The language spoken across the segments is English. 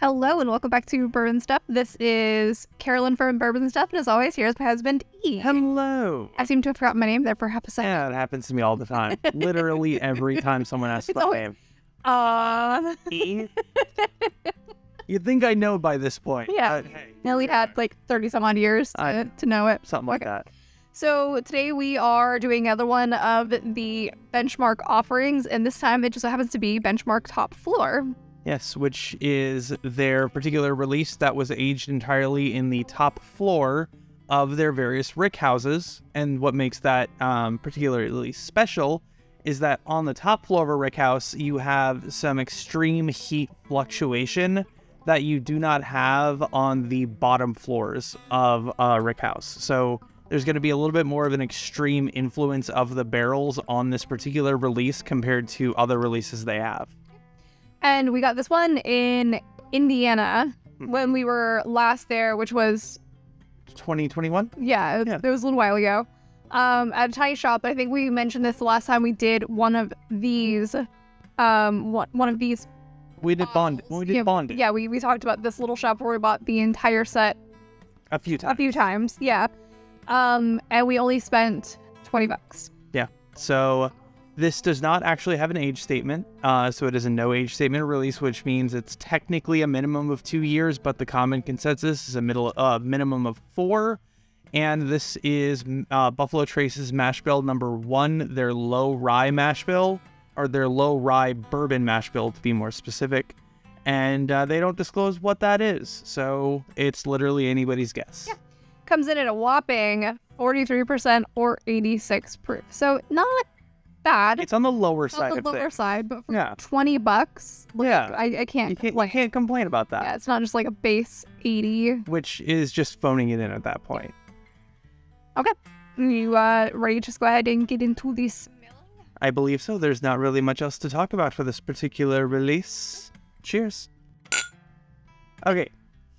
Hello and welcome back to Bourbon Stuff. This is Carolyn from Bourbon Stuff, and as always, here's my husband E. Hello. I seem to have forgotten my name there for half a second. Yeah, it happens to me all the time. Literally every time someone asks It's my always- name. Uh, E? You'd think I know by this point. Yeah. but hey, Nelly had like 30 some odd years to, I- to know it. something like that. So today we are doing another one of the benchmark offerings, and this time it just so happens to be benchmark top floor. Yes, which is their particular release that was aged entirely in the top floor of their various rick houses. And what makes that um, particularly special is that on the top floor of a rick house, you have some extreme heat fluctuation that you do not have on the bottom floors of a rick house. So there's going to be a little bit more of an extreme influence of the barrels on this particular release compared to other releases they have. And we got this one in Indiana when we were last there, which was 2021? Yeah, Yeah. it it was a little while ago. Um, at a tiny shop, I think we mentioned this the last time we did one of these. Um, one, one of these. We did bond. Well, we did Uh, yeah, bond it Yeah, we, we talked about this little shop where we bought the entire set a few a times. few times. Yeah. Um, and we only spent 20 bucks. Yeah. So this does not actually have an age statement. Uh, so it is a no age statement release, which means it's technically a minimum of two years, but the common consensus is a middle uh, minimum of four. And this is mm, uh, Buffalo Trace's mash bill number one, their low rye mash bill, or their low rye bourbon mash bill, to be more specific. And uh, they don't disclose what that is. So it's literally anybody's guess. Comes in at a whopping 43% or 86 proof. So not bad. It's on the lower on side the of things. lower side, but for Yeah. 20 bucks, Yeah. I, I can't. you can't, you complain. can't complain about that, Yeah, it's not just like a base 80 which is just phoning it in at that point. Okay. You uh ready to just go ahead and get into this I believe so. There's not really much else to talk about for this particular release. Cheers. Okay.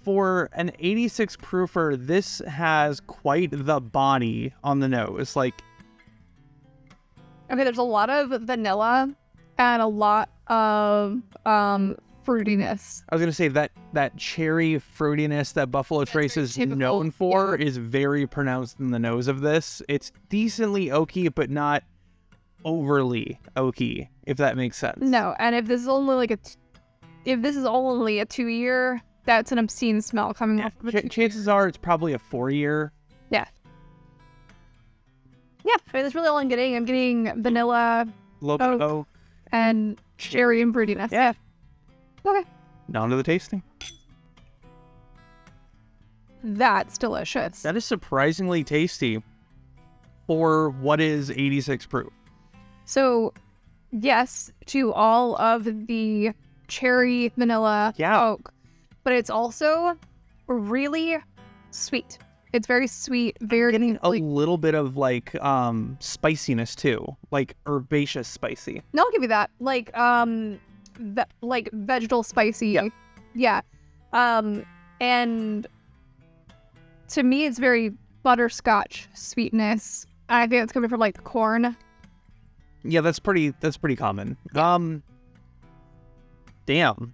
For an 86 proofer, this has quite the body on the nose. Like, Okay, there's a lot of vanilla and a lot of um fruitiness. I was going to say that that cherry fruitiness that Buffalo Trace very is typical, known for is very pronounced in the nose of this. It's decently oaky, but not overly oaky, if that makes sense. No, and if this is only like a t- if this is only a 2 year, that's an obscene smell coming off of a Ch- two- chances are it's probably a four year. Yeah. Yeah, I mean, that's really all I'm getting. I'm getting vanilla low Oh. oh. and cherry and fruitiness. Yeah. Okay. Down to the tasting. That's delicious. That is surprisingly tasty for what is 86 proof. So, yes to all of the cherry, vanilla, Yeah. oak, but it's also really sweet. It's very sweet, very Getting a like, little bit of like um spiciness too, like herbaceous spicy. no, I'll give you that. Like um, ve- like vegetal spicy. Yeah. Yeah. Um, and to me, it's very butterscotch sweetness. And I think it's coming from like the corn. Yeah, that's pretty that's pretty common. Um Damn.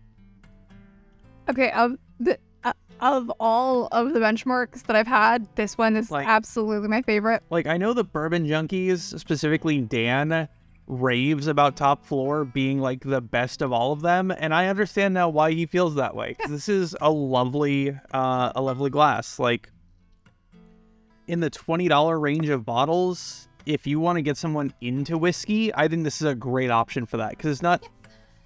Okay, of the uh, of all of the benchmarks that I've had, this one is Like- absolutely my favorite. Like I know the bourbon junkies, specifically Dan, raves about Top Floor being like the best of all of them, and I understand now why he feels that way. 'cause this is a lovely, uh, a lovely glass. Like in the twenty dollar range of bottles, if you want to get someone into whiskey, I think this is a great option for that because it's not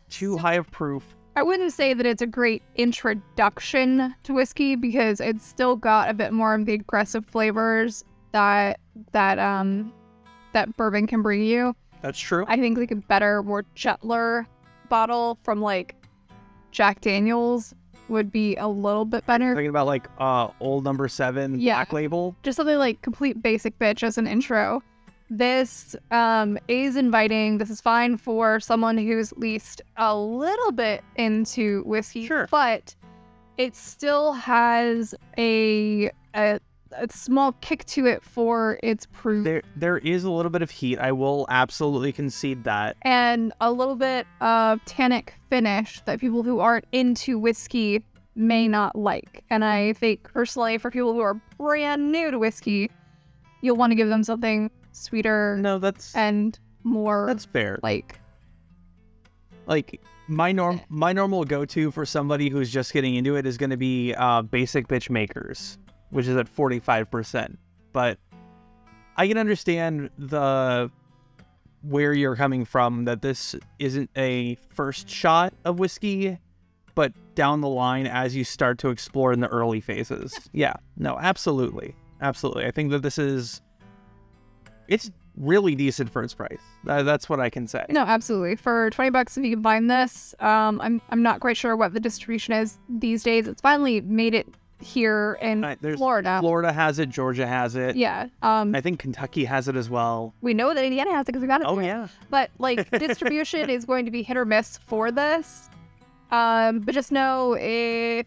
too high of proof. I wouldn't say that it's a great introduction to whiskey because it's still got a bit more of the aggressive flavors that that um that bourbon can bring you. That's true. I think like a better, more gentler bottle from like Jack Daniels would be a little bit better. Thinking about like uh old number seven Yeah. Mm-hmm. black label. Just something like complete basic bitch as an intro. This um is inviting. This is fine for someone who's at least a little bit into whiskey, Sure. but it still has a a a small kick to it for its proof There there is a little bit of heat. I will absolutely concede that. and a little bit of tannic finish that people who aren't into whiskey may not like. And I think personally, for people who are brand new to whiskey, you'll want to give them something sweeter No, that's and more that's fair. like. like my norm my normal go-to for somebody who's just getting into it is going to be uh, basic bitch makers which is at 45% but i can understand the where you're coming from that this isn't a first shot of whiskey but down the line as you start to explore in the early phases yeah no absolutely absolutely i think that this is it's really decent for its price Tha- that's what i can say No, absolutely. For twenty bucks, if you can find this, um, I'm I'm not quite sure what the distribution is these days. It's finally made it here in Right, there's Florida. Florida has it. Georgia has it. Oh. yeah. Um, I think Kentucky has it as well. we know that Indiana has it because we got it. Oh there. yeah. but like distribution is going to be hit or miss for this. Um, but just know if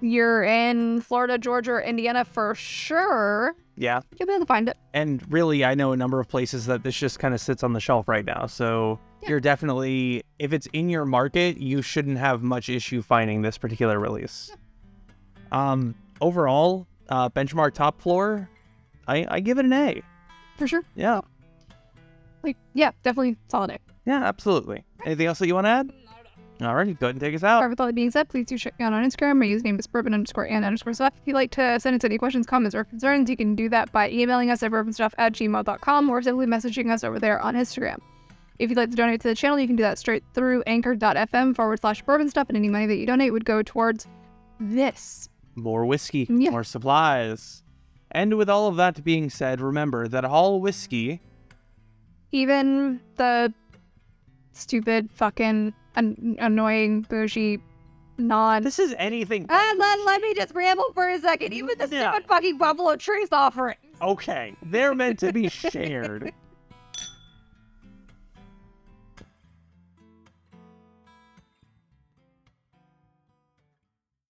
you're in Florida, Georgia, or Indiana for sure, Yeah. you'll be able to find it. And really I know a number of places that this just kind of sits on the shelf right now. So Yeah. you're definitely if it's in your market, you shouldn't have much issue finding this particular release. Um overall, uh benchmark top floor, I, I give it an A. For sure. Yeah. Like, yeah, definitely solid A. Yeah, absolutely. Anything else that you want to add? Alrighty, go ahead and take us out. However, with all that being said, please do check me out on Instagram. My username is bourbon underscore and underscore stuff. If you'd like to send us any questions, comments, or concerns, you can do that by emailing us at bourbonstuff at gmail.com or simply messaging us over there on Instagram. If you'd like to donate to the channel, you can do that straight through anchor.fm forward slash bourbon stuff, and any money that you donate would go towards this. more whiskey, Yeah. more supplies. And with all of that being said, remember that all whiskey, Even the stupid, fucking, an- annoying, bougie, non. this is anything. And then let me just ramble for a second. Even the Yeah. stupid fucking Buffalo Trace offerings. Okay, they're meant to be shared.